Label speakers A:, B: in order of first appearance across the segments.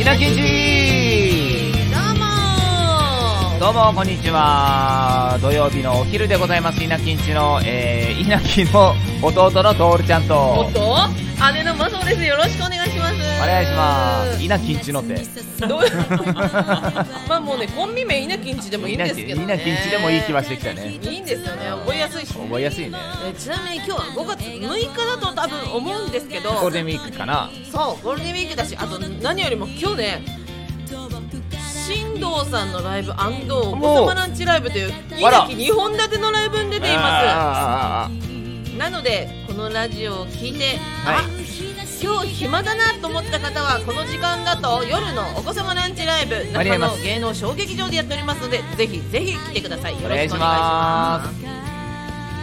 A: 稲健治
B: どうもー
A: どうもこんにちは土曜日のお昼でございます稲健治の、えー、稲健の弟のトールちゃん
B: お
A: と
B: っと姉のマソです。よろしくお願いします。お
A: お願いします稲健治のって
B: どうまあもうね、コンビ名稲きんちでもいいんですけどね。
A: 稲きんちでもいい気はしてきたね
B: いいんですよね。覚えやすいし、
A: 覚えやすいね
B: えちなみに今日は5月6日だと多分思うんですけど、
A: ゴールデンウィークかな
B: そう、ゴールデンウィークだし、あと何よりも今日ね、新藤さんのライブお子様ランチライブという、
A: あら
B: 稲き2本立てのライブに出ていま
A: あー
B: す。なので、このラジオを聞いて、
A: はい
B: あ今日暇だなと思った方はこの時間だと夜のお子様ランチライブ
A: 間に合
B: 中
A: いま
B: 野
A: す
B: 芸能小劇場でやっておりますのでぜひぜひ来てくださいよろしくお願いし
A: お願い
B: ま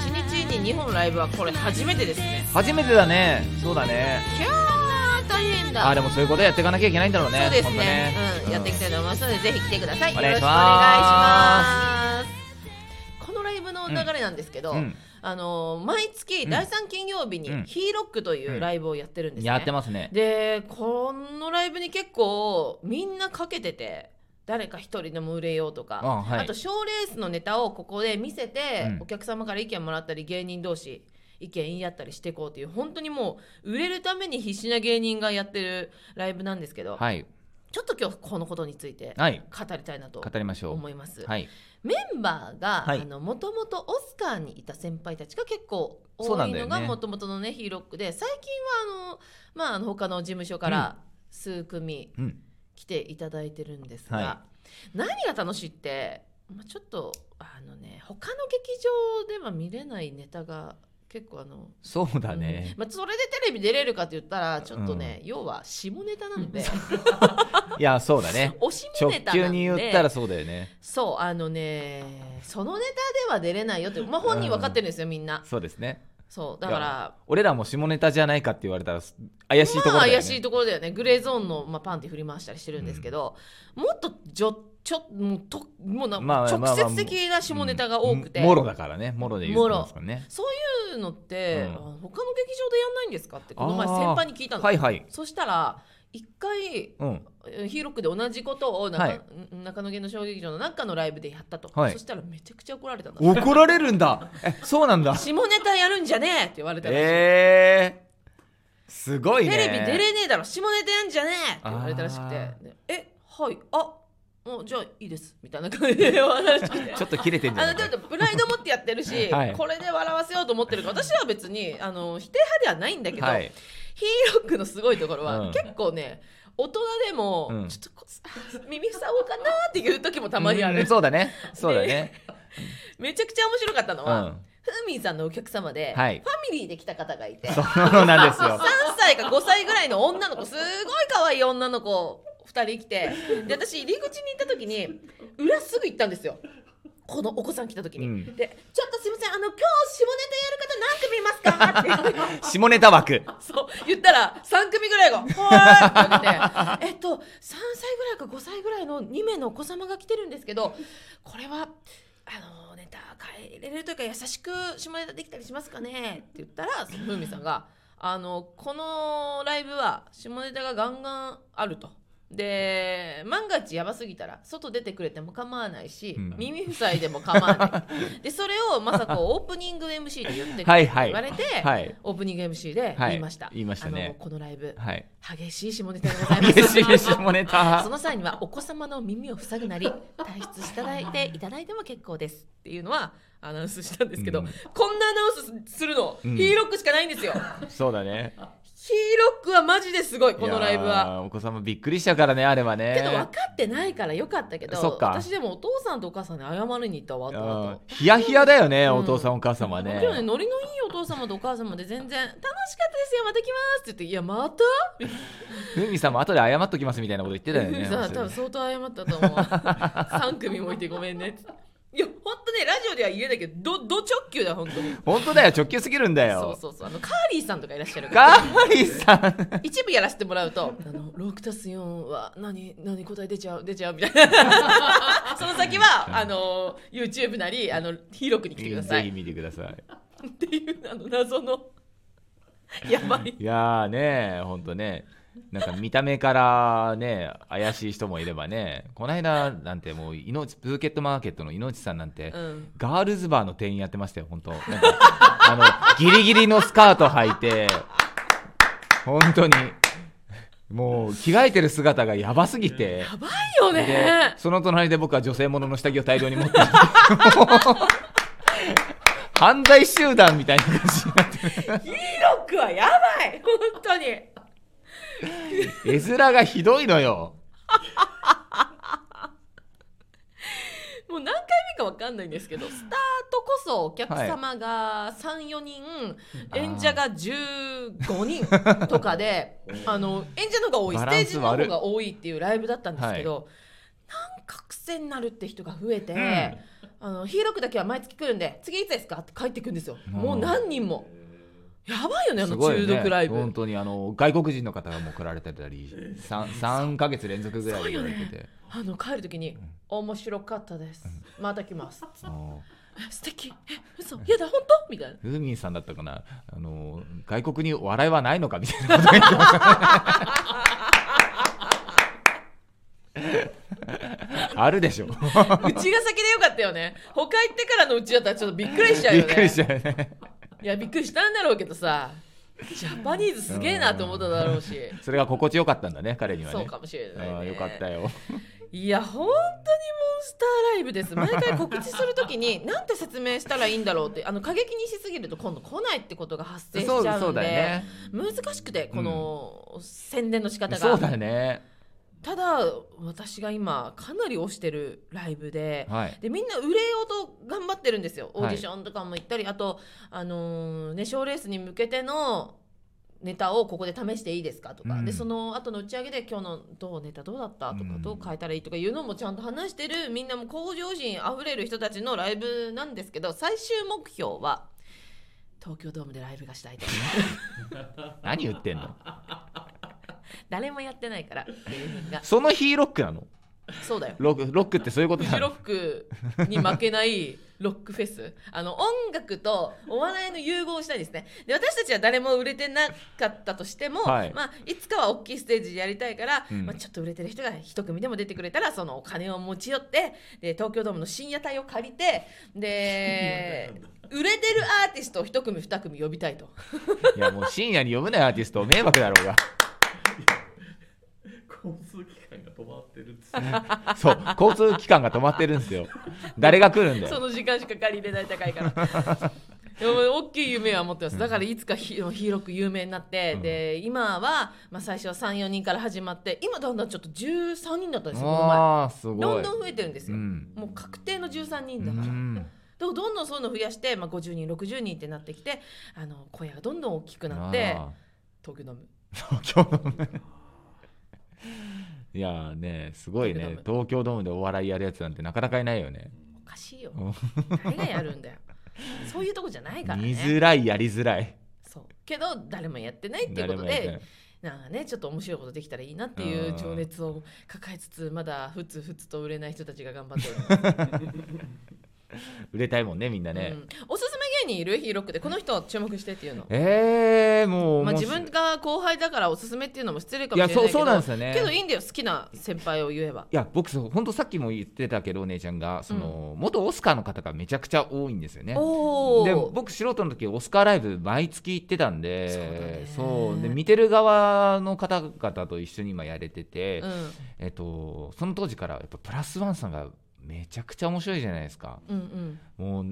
B: す1日に2本ライブはこれ初めてですね
A: 初めてだねそうだね
B: キャー大変だ
A: あーでもそういうことやっていかなきゃいけないんだろうね
B: そうです
A: ほん
B: ね
A: と
B: うん、やっていきたいと思いますのでぜひ来てください
A: お願いします
B: よろくお願いしますこのライブの流れなんですけど、
A: うんうん
B: あのー毎月第3金曜日に
A: うん
B: ヒーロックというライブをやってるんですね、
A: やってますね
B: でこのライブに結構みんなかけてて誰か一人でも売れようとか、
A: あはい
B: と賞レースのネタをここで見せて、
A: うん
B: お客様から意見もらったり芸人同士意見言い合ったりしていこうという本当にもう売れるために必死な芸人がやってるライブなんですけど、
A: はい
B: ちょっと今日このことについて
A: はい
B: 語りたいなと
A: 語りましょ
B: 思います、
A: うはい
B: メンバーが
A: はい
B: もともとオスカーにいた先輩たちが結構
A: そう
B: 多
A: なん
B: い
A: だよ
B: の
A: ね
B: がもともとのねヒーロックで最近はあの、まあ、あの他の事務所から数組
A: うん
B: 来ていただいてるんですが、
A: は
B: 何が楽しいって、まあ、ちょっとあのね他の劇場では見れないネタが結構あの。
A: そうだね
B: うんまあ、それでテレビ出れるかって言ったらちょっとね、要は下ネタなんで、
A: いやそうだね
B: お下
A: 直
B: ネタなんで
A: 球に言ったらそうだよね
B: そうあのねそのネタでは出れないよって、まあ、本人分かってるんですよみんな
A: そうですね
B: そうだから
A: 俺らも下ネタじゃないかって言われたら怪しいところ
B: まあ
A: だよね、
B: 怪しいところだよねグレーゾーンの、まあ、パンって振り回したりしてるんですけど、もっとじょちょもうともうな、
A: まあまあまあ
B: 直接的な下ネタが多くて、
A: うんもろだからねもろで言うてますからね
B: そういうのって、
A: うん
B: あ他の劇場でやんないんですかってこの前
A: あ
B: 先
A: ー
B: 輩に聞いたの、
A: はいはい
B: そしたら一回
A: うん
B: えーヒーロックで同じことを中,、
A: はい
B: 中野芸能小劇場の中のライブでやったと、
A: はい
B: そしたらめちゃくち ゃ怒られたの
A: 怒られるんだえそうなん だ
B: 下ネタやるんじゃねえって言われたらしい
A: えー、すごいね
B: テレビ出れねえだろ下ネタやんじゃねえって言われたらしくて
A: あ
B: でえはいあもうじゃあいいですみたいな感じで笑われて
A: ちょっと切れてんじゃ
B: あ
A: な
B: の
A: い
B: ちょっとプライド持ってやってるし、
A: はい
B: これで笑わせようと思ってるから私は別にあの否定派ではないんだけど、
A: はい
B: ヒーロックのすごいところは、
A: うん
B: 結構ね大人でも、
A: うん
B: ちょっとこう耳塞ごうかなっていう時もたまにある、
A: うんそうだねそうだね
B: めちゃくちゃ面白かったの
A: う
B: は、
A: ん
B: ふーみんさんのお客様で、
A: はい
B: ファミリーで来た方がいて
A: そうなんですよ
B: 3歳か5歳ぐらいの女の子すごい可愛い女の子2人来てで私入り口に行った時に裏すぐ行ったんですよこのお子さん来た時に、
A: うん
B: で「ちょっとすいませんあの今日下ネタやる方何組いますか?」って
A: 下ネタ枠
B: そう言ったら3組ぐらいが「はーい」って言われて「えっと3歳ぐらいか5歳ぐらいの2名のお子様が来てるんですけどこれはあのネタ変えれるというか優しく下ネタできたりしますかね?」って言ったらそのふみさんが「あのこのライブは下ネタがガンガンあると」で万が一やばすぎたら外出てくれても構わないし、
A: うん
B: 耳塞いでも構わないでそれをまさこオープニング MC で言ってく
A: は
B: れ
A: い
B: って
A: はい
B: 言われて、
A: はい
B: オープニング MC で
A: はい
B: 言いました、
A: 言いましたね
B: あのこのライブ
A: はい
B: 激しい下ネタでございます
A: 激しい下ネ
B: そ
A: タ
B: の際にはお子様の耳を塞ぐなり退出していただいていただいても結構ですっていうのはアナウンスしたんですけど、
A: うん
B: こんなアナウンスするの、
A: うん
B: ヒーロックしかないんですよヒー
A: そうだね
B: ロックはマジですごいこのライブ
A: いや
B: は
A: ーお子様びっくりしちゃうからねあれはね
B: けど分かってないからよかったけど
A: そっか
B: 私でもお父さんとお母さんに謝りに行ったわと思
A: うんヒヤヒヤだよね、
B: うん
A: お父さんお母様ね
B: 今日ねノリのいいお父様とお母様で全然「楽しかったですよまた来ます」って言って「いやまた?」
A: ふみさんも後で謝っときますみたいなこと言って たよね
B: さあ多分相当謝ったと思う 3組もいてごめんねいや本当ねラジオでは言えないけどどど直球だよ本当に
A: 本当だよ直球すぎるんだよ
B: そうそうそうあのカーリーさんとかいらっしゃるから
A: ガーリーさん
B: 一部やらせてもらうと「あの6たす4は何何答え出ちゃう出ちゃう」みたい なその先はあの YouTube なりあのヒーロックに来てくださ
A: ぜひ
B: い
A: 見てください
B: んっていうあの謎のやばい
A: いやーね、ほんとね、なんか見た目からね、怪しい人もいればね、この間なんてもう命、ブーケットマーケットの命さんなんて、
B: うん
A: ガールズバーの店員やってましたよ、本当。なんかあのギリギリのスカート履いて、本当に、もう着替えてる姿がやばすぎて、
B: やばいよ
A: で
B: ね
A: その隣で僕は女性ものの下着を大量に持ってる犯罪集団みたいな感じになってる。
B: ヒーロックはやばい本当に
A: 絵面がひどいのよ。
B: もう何回目かわかんないんですけどスタートこそお客様が34人、演者が15人とかであの演者の方が多い
A: バ
B: ステ
A: ラン
B: ー
A: ス
B: ジ
A: 悪い
B: の方が多いっていうライブだったんですけど、なんか癖になるって人が増えて、あのヒーロークだけは毎月来るんで次いつですかって帰ってくるんですよ、
A: うん
B: もう何人もやばいよねあ
A: す
B: の
A: ごい
B: 中
A: よ
B: 毒ライ
A: ね、
B: ブ、
A: 本当にあの外国人の方がもう来られてたり 3, 3ヶ月連続ぐらいでやられてて、
B: あの帰る時に「面白かったですまた来ます」
A: うん
B: え素敵え嘘やだ本当みたいな
A: ルーミンさんだったかなあの外国に笑いはないのかみたいなこと言ってました あるでしょ
B: うちが先でよかったよね他行ってからのうちだったらちょっとびっくりしちゃう
A: び
B: よ
A: っ
B: ね
A: くりしちゃうよね
B: いやびっくりしたんだろうけどさジャパニーズすげえなと思っただろうし
A: それが心地よかったんだね彼にはね
B: そうかもしれない、
A: あ
B: ね、
A: ーよかったよ
B: いや本当にモンスターライブ です毎回告知するときになんて説明したらいいんだろうってあの過激にしすぎると今度来ないってことが発生しちゃうんで
A: そうそうだよね
B: 難しくてこの、宣伝の仕方が
A: そうだよね
B: ただ私が今かなり推してるライブで、
A: はい
B: でみんな売れようと頑張ってるんですよオ
A: はい
B: ーディションとかも行ったり、あとあのーね賞レースに向けてのネタをここで試していいですかとか、
A: うん
B: でその後の打ち上げで今日のどうネタどうだったとか、
A: うん
B: どう変えたらいいとかいうのもちゃんと話してるみんなも向上心あふれる人たちのライブなんですけど最終目標は東京ドームでライブがしたい と
A: 何言ってんの
B: 誰もやってないから芸人が
A: そのヒーロックなの
B: そうだよ
A: ロックロックってそういうこと
B: フジ
A: な
B: ロッ
A: の
B: クに負けないロックフェス あの音楽とお笑いの融合をしたいですねで私たちは誰も売れてなかったとしても、
A: はい
B: いまあ、いつかは大きいステージでやりたいから、
A: うん
B: まあ、ちょっと売れてる人が一組でも出てくれたらそのお金を持ち寄ってで東京ドームの深夜帯を借りてで売れてるアーティストを一組二組呼びたいと
A: いやもう深夜に呼ぶなよアーティスト迷惑だろうが
C: 交通機関が止まってるっつって
A: そう、交通機関が止まってるんですよ。誰が来るんだ
B: そ
A: よ。
B: の時間しか借りれない高いから。 でも大きい夢は持ってますだからいつかひ広く有名になって、
A: うん
B: で今は、まあ、最初は34人から始まって今だんだんちょっと13人だったんですよこの前
A: ああ、すごい。
B: どんどん増えてるんですよ、
A: うん
B: もう確定の13
A: う
B: 人だから、
A: ん
B: どどんどんそういうの増やして、まあ、50人60人ってなってきてあの小屋がどんどん大きくなって
A: あ
B: 東京ドーム
A: ー東京ドーム。いやーね、すごいね。東京ドームでお笑いやるやつなんてなかなかいないよね。
B: おかしいよ
A: うん
B: 誰がやるんだよそういうとこじゃないから
A: 見
B: ね
A: づらい、やりづらい。
B: そうけど誰もやってないっていうこと
A: 誰もやり
B: で
A: づらい
B: なんかねちょっと面白いことできたらいいなっていう情熱を抱えつつまだふつふつと売れない人たちが頑張って る、
A: 売れたいもんね、みんなね
B: う。んおすすめ芸人いるヒーロックでこの人注目してっていうの、
A: えー、もう。
B: まあ、
A: もう
B: 自分が後輩だからおすすめっていうのも失礼か
A: い
B: もし
A: や、
B: れないけど
A: そう、そうなんですよね。
B: けどいいんだよ好きな先輩を言えば
A: いや僕そう本当さっきも言ってたけどお姉ちゃんがその、元オスカーの方がめちゃくちゃ多いんですよね。
B: お
A: で
B: お
A: 僕素人の時オスカーライブ毎月行ってたん
B: そうだね
A: でそうで見てる側の方々と一緒に今やれてて、
B: うん
A: えっと、その当時からやっぱプラスワンさんがめちゃくちゃ面白いじゃないですか
B: うんうん
A: もう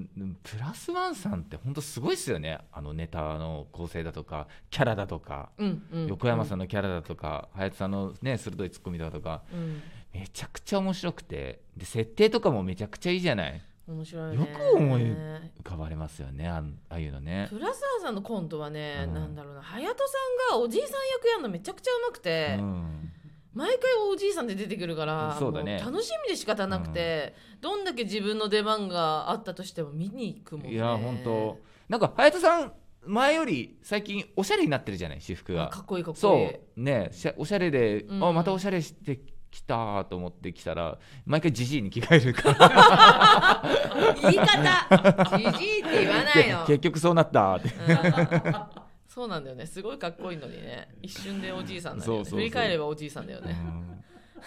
A: プラスワンさんって本当すごいですよねあのネタの構成だとかキャラだとか、
B: うんうん
A: 横山さ
B: ん、
A: んのキャラだとか林さんの、ね、鋭いツッコミだとか
B: うん
A: めちゃくちゃ面白くてで設定とかもめちゃくちゃいいじゃない
B: 面白いね
A: よく思い浮かばれますよねあんああいうのね。
B: プラスワンさんのコントはね、
A: うん
B: なんだろうな隼人さんがおじいさん役やるのめちゃくちゃうまくて、
A: うん
B: 毎回おじいさんで出てくるから
A: そうだね
B: もう楽しみで仕方なくて、どんだけ自分の出番があったとしても見に行くもんね
A: いや本当なんか隼人さん前より最近おしゃれになってるじゃない私服
B: あ
A: が
B: かっこいいかっこいい
A: そうねしゃおしゃれで、
B: うん
A: あまたおしゃれして来たーと思って来たら毎回じじいに着替えるから
B: 言 い方じじいって言わないの
A: 結局そうなったーって
B: うんそうなんだよねすごいかっこいいのにね一瞬でおじいさんだよね
A: そうそうそう
B: 振り返ればおじいさんだよね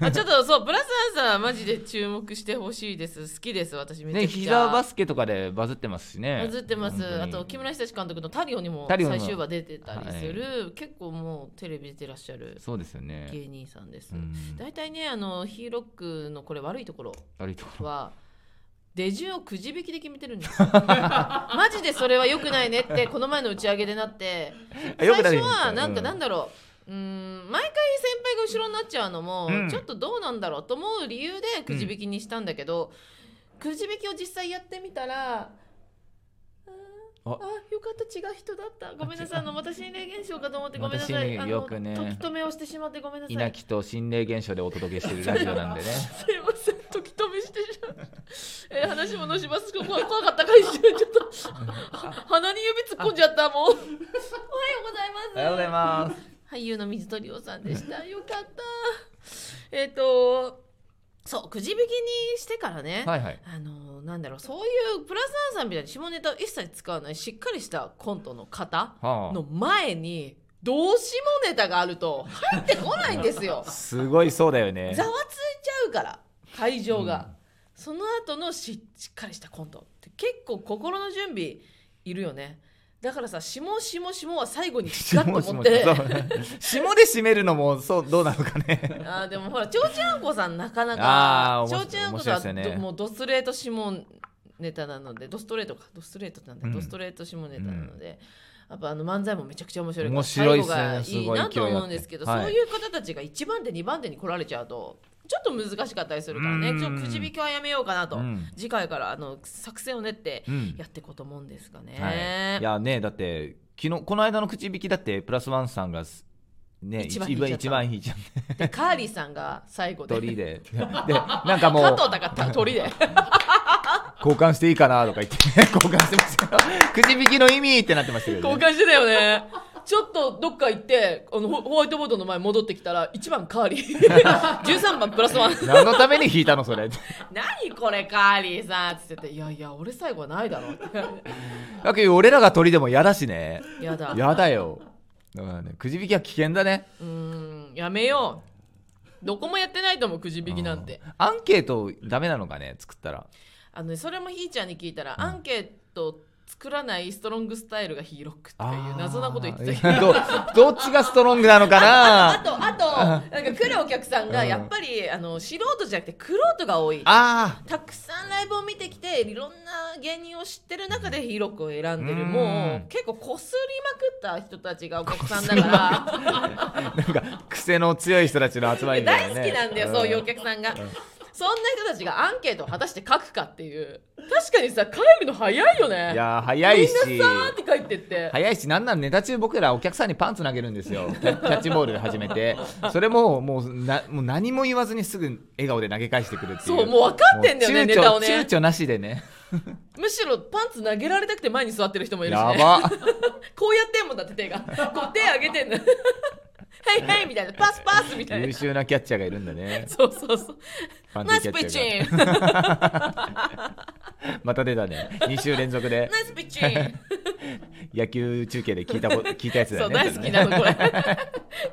B: あちょっとそうブラスアンさんマジで注目してほしいです好きです私めち
A: ね
B: ゃくちゃ
A: 膝バスケとかでバズってますしね
B: バズってま
A: 本当に
B: すあと木村久志監督の「タリオ」にも
A: タリオの
B: 最終話出てたりする、結構もうテレビ出てらっしゃる
A: そうですよね
B: 芸人さんです、
A: うん
B: 大体ねあのヒーロックのこれ悪いところ
A: 悪いところ
B: は出順をくじ引きで決めてる んですよマジでそれは良くないねってこの前の打ち上げでなって
A: あ
B: 最
A: 良くない
B: 初
A: です
B: はなんか
A: うん
B: なんだろう、うーん毎回先輩が後ろになっちゃうのも、
A: うん
B: ちょっとどうなんだろうと思う理由でくじ引きにしたんだけど、くじ引きを実際やってみたらあー
A: あ
B: あよかった違う人だったごめんなさいあの私に霊現象かと思ってごめんな
A: 私
B: さいあ
A: に
B: の
A: よくね
B: 時止めをしてしまってごめんなさい
A: 稲城と心霊現象でお届けしてるラジオなん でね
B: すいません、時止めしてる。えー話ものします怖怖かったから一瞬ちょっと は鼻に指突っ込んじゃったもん。おはようございます。
A: おはようございます
B: 俳優の水鳥おさんでした。よかった。えっ、と、そうくじ引きにしてからね。
A: はいはい
B: あのーなんだろうそういうプラスアンさんみたいに下ネタを一切使わないしっかりしたコントの方
A: は
B: の前にどう下ネタがあると入ってこないんですよ
A: あすごいそうだよね
B: ざわついちゃうから会場が、その後のししっかりしたコントって結構心の準備いるよねだからさ「しもしもしも」は最後にし
A: 下
B: かっと
A: も
B: 思って
A: 下もそう 下で締めるのもそうどうなのかね
B: あーでもほらちょうちんあんこさんなかな
A: あー
B: かちょうちんあんこさんはど、
A: 面白いですよね
B: もうドストレート下ネタなのでドストレートかドストレートなんで、
A: うん
B: ドストレート下ネタなので。やっぱあの漫才もめちゃくちゃ面白いから
A: 面白いっすね
B: 最後がいいな
A: すごい勢いあ
B: と
A: って
B: 思うんですけど、
A: はい
B: そういう方たちが1番手2番手に来られちゃうとちょっと難しかったりするからね
A: うん
B: ちょっとくじ引きはやめようかなと、
A: うん
B: 次回からあの作戦を練って
A: うん
B: やっていこうと思うんですがね、
A: はい、いやねだって昨日この間の口引きだってプラスワンさんがすね
B: 一
A: 一
B: 番
A: 番
B: 引いちゃった
A: 一番引いちゃっ
B: でカーリーさんが最後
A: た鳥
B: で
A: ででなんかも
B: 加
A: う
B: 藤隆が鳥で
A: 交換していいかなとか言って交換してましたよ口引きの意味ってなってましたけど、
B: 交
A: ね、
B: 換してたよねちょっとどっか行ってあのホホワイトボードの前戻ってきたら1番カーリー 13番プラスワン
A: 何のために引いたのそれ
B: 何これカーリーさんっつってていやいや俺最後はないだろ って
A: だけど俺らが鳥でも嫌だしね
B: やだ
A: 嫌だよだからねくじ引きは危険だね
B: うーんやめようどこもやってないと思うくじ引きなんて
A: うんアンケートダメなのかね作ったら
B: あのね、それもひーちゃんに聞いたら、アンケートを作らないストロングスタイルがヒーロックっていう謎なこと言ってたけど
A: あーどどっちがストロングなのかな
B: あとあとなんか来るお客さんが
A: うん
B: やっぱり、あの素人じゃなくて苦労人が多い
A: あ
B: たくさんライブを見てきていろんな芸人を知ってる中でヒーロックを選んでる
A: うん
B: もう結構こすりまくった人たちがお客さんだから
A: あなんか癖の強い人たちの集まりだよ
B: 大
A: ね
B: 好きなんだよそういうお客さんが。そんな人たちがアンケートを果たして書くかっていう確かにさ帰るの早いよね
A: いやー早いし
B: みんなさーって帰ってって
A: 早いしなんならネタ中僕らお客さんにパンツ投げるんですよキャキャッチボール始めてそれももうなもう何も言わずにすぐ笑顔で投げ返してくるっていう
B: そうもう分かってんだよね
A: もう
B: ネ
A: 躊躇
B: タをね
A: 躊躇なしでね
B: むしろパンツ投げられたくて前に座ってる人もいるし
A: や
B: ね
A: ば
B: こうやってんもんだって手がこう手上げてんの はいはいみたいなパスパスみたい
A: 優
B: な
A: 秀なキャッチャーがいるんだね
B: そうそうそう
A: パン
B: ナイ
A: チキ
B: ス
A: ャ
B: ピ
A: ッ
B: ッ
A: チ
B: チ
A: ャー
B: ン
A: がまた出たね2週連続で
B: ナイスピッチン
A: 野球中継で聞いたこ聞いたやつだ
B: そ
A: よ
B: う
A: ね
B: 大好きなのこ れ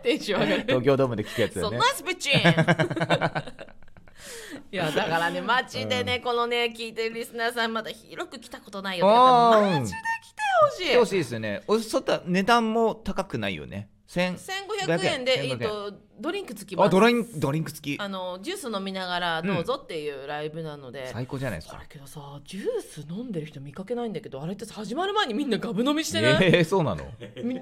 B: テンション上がる
A: 東京ドームで聞くやつだ
B: そ
A: よ
B: う
A: ね
B: ナイスピッチ ンいやだからね街でね、このね聞いてるリスナーさんまだ広く来たことないよって方
A: うん
B: マジ
A: 来
B: で来て
A: て
B: ほ
A: ほ
B: しい
A: しいですよねおそった値段も高くないよね1000
B: 1500円でえっ
A: 1500円
B: とドリンクつきま
A: あ
B: す
A: ドリンドリンク付き
B: あのジュース飲みながらどうぞっていうライブなので、
A: 最高じゃないです
B: こ
A: か
B: れけどさジュース飲んでる人見かけないんだけどあれってさ始まる前にみんなガブ飲みしてない、
A: えー、そうなの
B: みの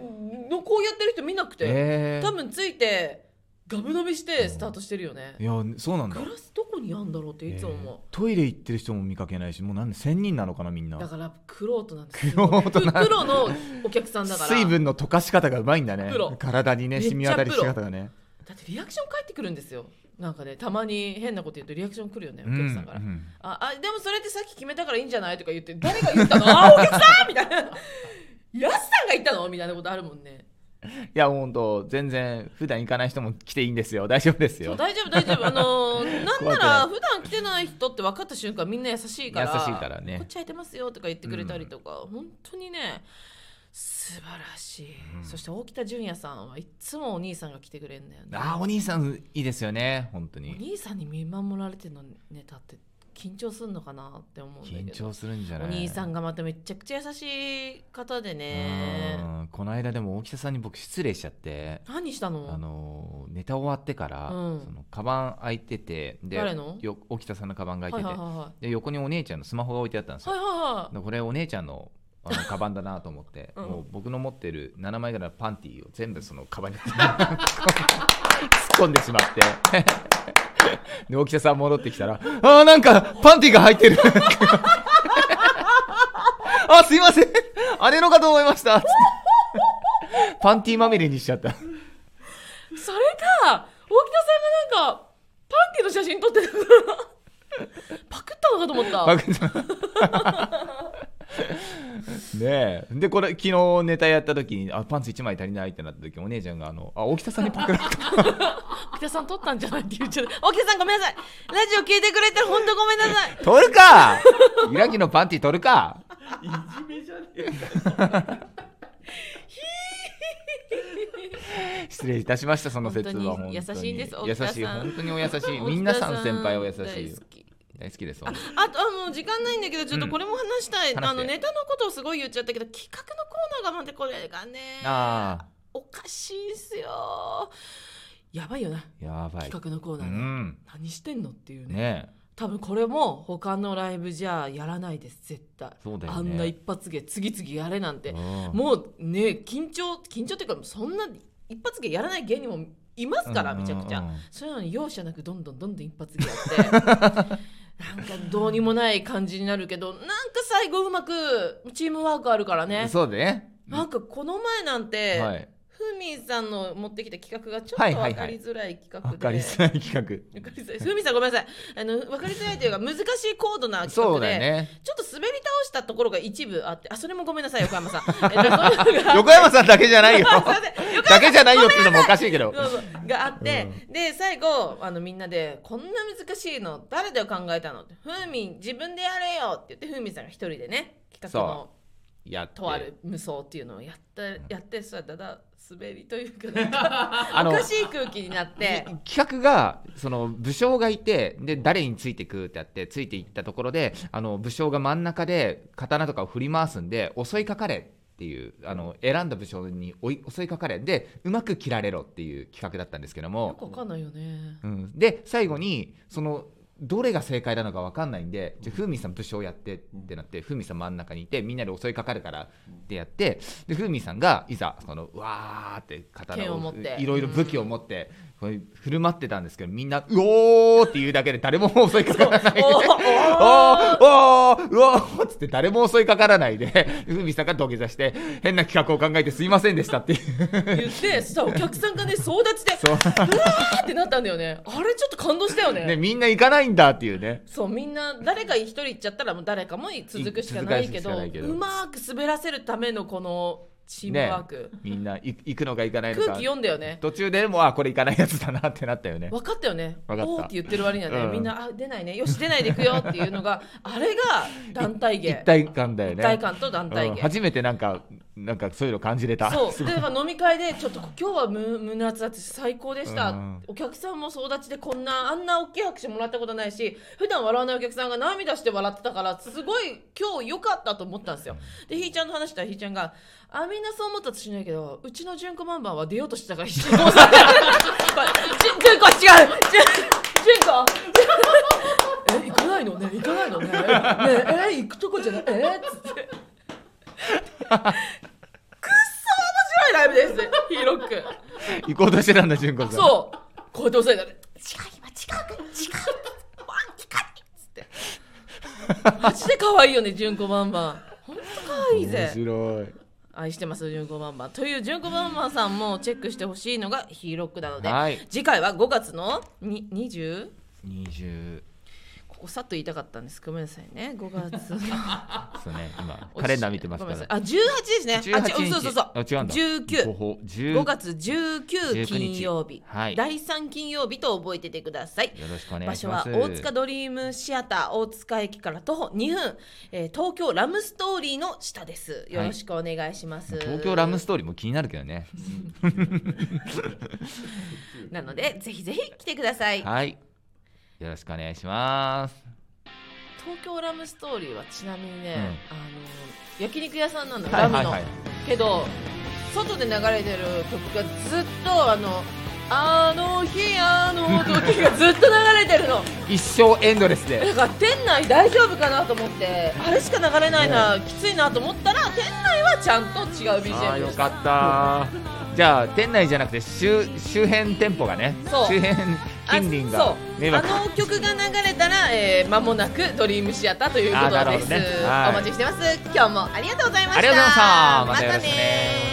B: こうやってる人見なくて、
A: えー
B: 多分ついてガブ飲みしてスタートしてるよね、
A: いやそうなんだ
B: グラスどこにあんだろうっていつも思う、
A: えートイレ行ってる人も見かけないしもうなんで1000人なのかなみんな
B: だからクロートなんです
A: 玄人な
B: プロのお客さんだから
A: 水分の溶かし方がうまいんだね
B: プロ
A: 体にね
B: めっちゃ
A: 染み渡りし方がね
B: だってリアクション返ってくるんですよなんかねたまに変なこと言うとリアクション来るよねお
A: うん
B: 客さんから、
A: うん
B: ああでもそれってさっき決めたからいいんじゃないとか 言って誰が言ったのあお客さんみたいなやすさんが言ったのみたいなことあるもんね
A: やもう本当全然普段行かない人も来ていいんですよ大丈夫です
B: そう
A: よ
B: 大丈夫大丈夫あの ーなん
A: 怖くな
B: な
A: い
B: ら普段来てない人って分かった瞬間みんな優しいから
A: 優しいからね
B: こっち空いてますよとか言ってくれたりとか、本当にね素晴らしい、
A: うん
B: そして大北純也さんはいっつもお兄さんが来てくれるんだよね
A: あーお兄さんいいですよね本当
B: お
A: に
B: 兄さんに見守られてるのネタって緊張するのかなって思うんだけど
A: 緊張するんじゃな
B: お
A: い
B: 兄さんがまためちゃくちゃ優しい方でね
A: うんこの間でも大北さんに僕失礼しちゃって
B: 何したの
A: あのーネタ終わってから、
B: うん
A: そのカバン開いててで
B: 誰の
A: よ沖田さんのカバンが
B: は
A: 開い
B: い
A: てて、
B: はいはいは
A: で横にお姉ちゃんのスマホが置いてあったんです
B: い
A: よ、
B: はいはいはい
A: でこれお姉ちゃんのあのカバンだなと思って、
B: うん
A: もう僕の持ってる7枚ぐらいのパンティーを全部そのカバンに 突っ込んでしまって で大木田さん戻ってきたら「あーなんかパンティーが入ってる」 あすいませんあれのかと思いました」つって パンティーまみれにしちゃった
B: それか大北さんがなんかパンティの写真撮ってたからパクったのかと思った
A: パクった ねえでこれ昨日ネタやった時にあパンツ1枚足りないってなった時お姉ちゃんがあのあ大北さんにパクられた
B: 大北さん撮ったんじゃないって言っちゃった大北さんごめんなさいラジオ聞いてくれてる本当ごめんなさい
A: 取るかイラキのパンティ取るか
C: いじめじゃねえか
A: 失礼いたしましたその説は
B: 本当に優しいんです
A: 本当に優しい
B: 大北さん
A: 本当にお優しい みんなさん先輩は優し
B: 大
A: いよ
B: 好き
A: 大好きです本当に
B: あとあもう時間ないんだけどちょっとこれも話したい、
A: うん話して
B: あのネタのことをすごい言っちゃったけど企画のコーナーがまたこれがね
A: あ
B: おかしいんすよやばいよな
A: あやばい
B: 企画のコー
A: う
B: ナーね、
A: ん
B: 何してんのっていうね
A: ねえ
B: 多分これも他のライブじゃやらないです絶対、
A: そうだよね
B: あんな一発芸次々やれなんて、
A: うん
B: もうね緊張緊張っていうかそんな一発芸やらない芸人もいますから、めちゃくちゃ、
A: うんうん
B: そういうのに容赦なくどんどんどんどん一発芸やって なんかどうにもない感じになるけどなんか最後うまくチームワークあるからね
A: そうだね
B: なんかこの前なんて、
A: はい
B: ふみさんの持ってきた企画がちょ
A: は
B: っ
A: い
B: と
A: はい
B: 分
A: は
B: か
A: い
B: りづらい企画
A: わ
B: で、
A: かりづらい企
B: わかりづらい。ふみさんごめんなさい。あのわかりづらいというか難しい高度な
A: 画
B: 企画
A: そう
B: で、
A: だよね
B: ちょっと滑り倒したところが一部あって、あそれもごめんなさい横山 さん。えっとこれが
A: 横山さんだけじゃ ないよ
B: すいません横
A: だけじゃないよっていうのもおかしいけど
B: そうそうがあって、で最後あのみんなで「こんな難しいの誰だよ考えたの?」って「ふみん自分でやれよ」って言ってふみさんが一人でね企画の
A: やって
B: とある無双っていうのをやったやってそしたらだだ滑りというか なんか
A: あの
B: おかしい空気になって。
A: 企画がその武将がいてで誰についてくってやってついていったところであの武将が真ん中で刀とかを振り回すんで襲いかかれっていうあの選んだ武将に追い襲いかかれでうまく切られろっていう企画だったんですけど
B: よ
A: も、
B: くわかんないよね。
A: うん、で最後にそのどれが正解なのか分かんないんでじゃあふみさん武将やってってなってふみさん真ん中にいてみんなで襲いかかるからってやってでふみさんがいざそのうわーって刀
B: 剣
A: を
B: を持って
A: いろいろ武器を持って、こう振る舞ってたんですけどみんな「うおー!」って言うだけで誰も襲いかからないで「 お
B: お
A: ー
B: ー
A: おーうおー!」っつって誰も襲いかからないでふみさんが土下座して変な企画を考えてすいませんでしたっていう
B: 言ってそしたらお客さんがね総立ちで
A: そう
B: あーってなったんだよねあれちょっと感動したよね
A: ねみんな行かないんだっていうね。
B: そうみんな誰か一人行っちゃったらもう誰かも続くしかないけど
A: 続くしかないけど
B: うまく滑らせるためのこのチームワーク、
A: ね、みんない行くのか行かないのか
B: 空気読んだよね
A: 途中でもうあこれ行かないやつだなってなったよね
B: 分かったよね
A: 分かった
B: おーって言ってる割にはね、
A: うん
B: みんなあ出ないねよし出ないでいくよっていうのがあれが団体芸
A: 一体感だよね
B: 一体感と団体
A: うん
B: 芸、
A: 初めてなんかなんかそういうの感じれた
B: そ
A: す
B: う
A: ごい
B: だから飲み会でちょっと今日はむ胸熱だって最高でした、
A: うん
B: お客さんも総立ちでこんなあんな大きい拍手もらったことないし普段笑わないお客さんが涙して笑ってたからすごい今日良かったと思ったんですよでひーちゃんの話したらひーちゃんが「あみんなそう思ったとしないけどうちの純子マンバーは出ようとしてたから必死にこうされて純子は違う純純子え行かないのね行かないのねねええ行くとこじゃないえっつってくっそ面白いライブですヒーロック
A: 行こうとしてたんだ純子さん
B: そうこうやって押さえたら違う今違うから違うワンキカリっつってマジで可愛いよね純子バンバン本当可愛い
A: 面
B: ぜ
A: 白い
B: 愛してます純子バンバンという純子バンバンさんもチェックしてほしいのがヒーロックなので
A: はい
B: 次回は5月のに20
A: 20
B: こここさっと言いたかったんですごめんなさいね5月
A: そうね今 カレンダー見てますか
B: ごめんなさい
A: ら
B: あ18ですねあち
A: 18
B: う
A: 日
B: そうそうそう
A: あ違うんだ
B: 19
A: ほほ10
B: 5月19
A: 19
B: 金曜日、
A: はい
B: 第3金曜日と覚えててください
A: よろしくお願
B: 場
A: いし
B: 所
A: ま
B: は
A: す
B: 大塚ドリームシアター大塚駅から徒歩2分、えー東京ラムストーリーの下ですよろしくお願いします、
A: 東京ラムストーリーも気になるけどね
B: なのでぜひぜひ来てください
A: はいよろしくお願いします
B: 東京ラムストーリーはちなみにね、
A: うん
B: あの焼肉屋さんなの、
A: はい
B: ラム
A: はい
B: の、
A: はい
B: けど外で流れてる曲がずっとあの「あの日あの時」がずっと流れてるの
A: 一生エンドレスで
B: だから店内大丈夫かなと思ってあれしか流れないな、きついなと思ったら店内はちゃんと違う
A: ああ
B: BGM
A: よ
B: でした
A: かったじゃあ店内じゃなくて周周辺店舗がね
B: そう
A: 周辺近隣
B: あ
A: が
B: そう
A: 迷
B: あ
A: 惑
B: の曲が流れたら、えー間もなくドリームシアターというこ
A: あーな
B: と
A: るほ
B: です、
A: どねはい
B: お待ちしてます今日もありがとうございました
A: ありがとうございましたまたよ
B: また
A: ろしくね
B: ね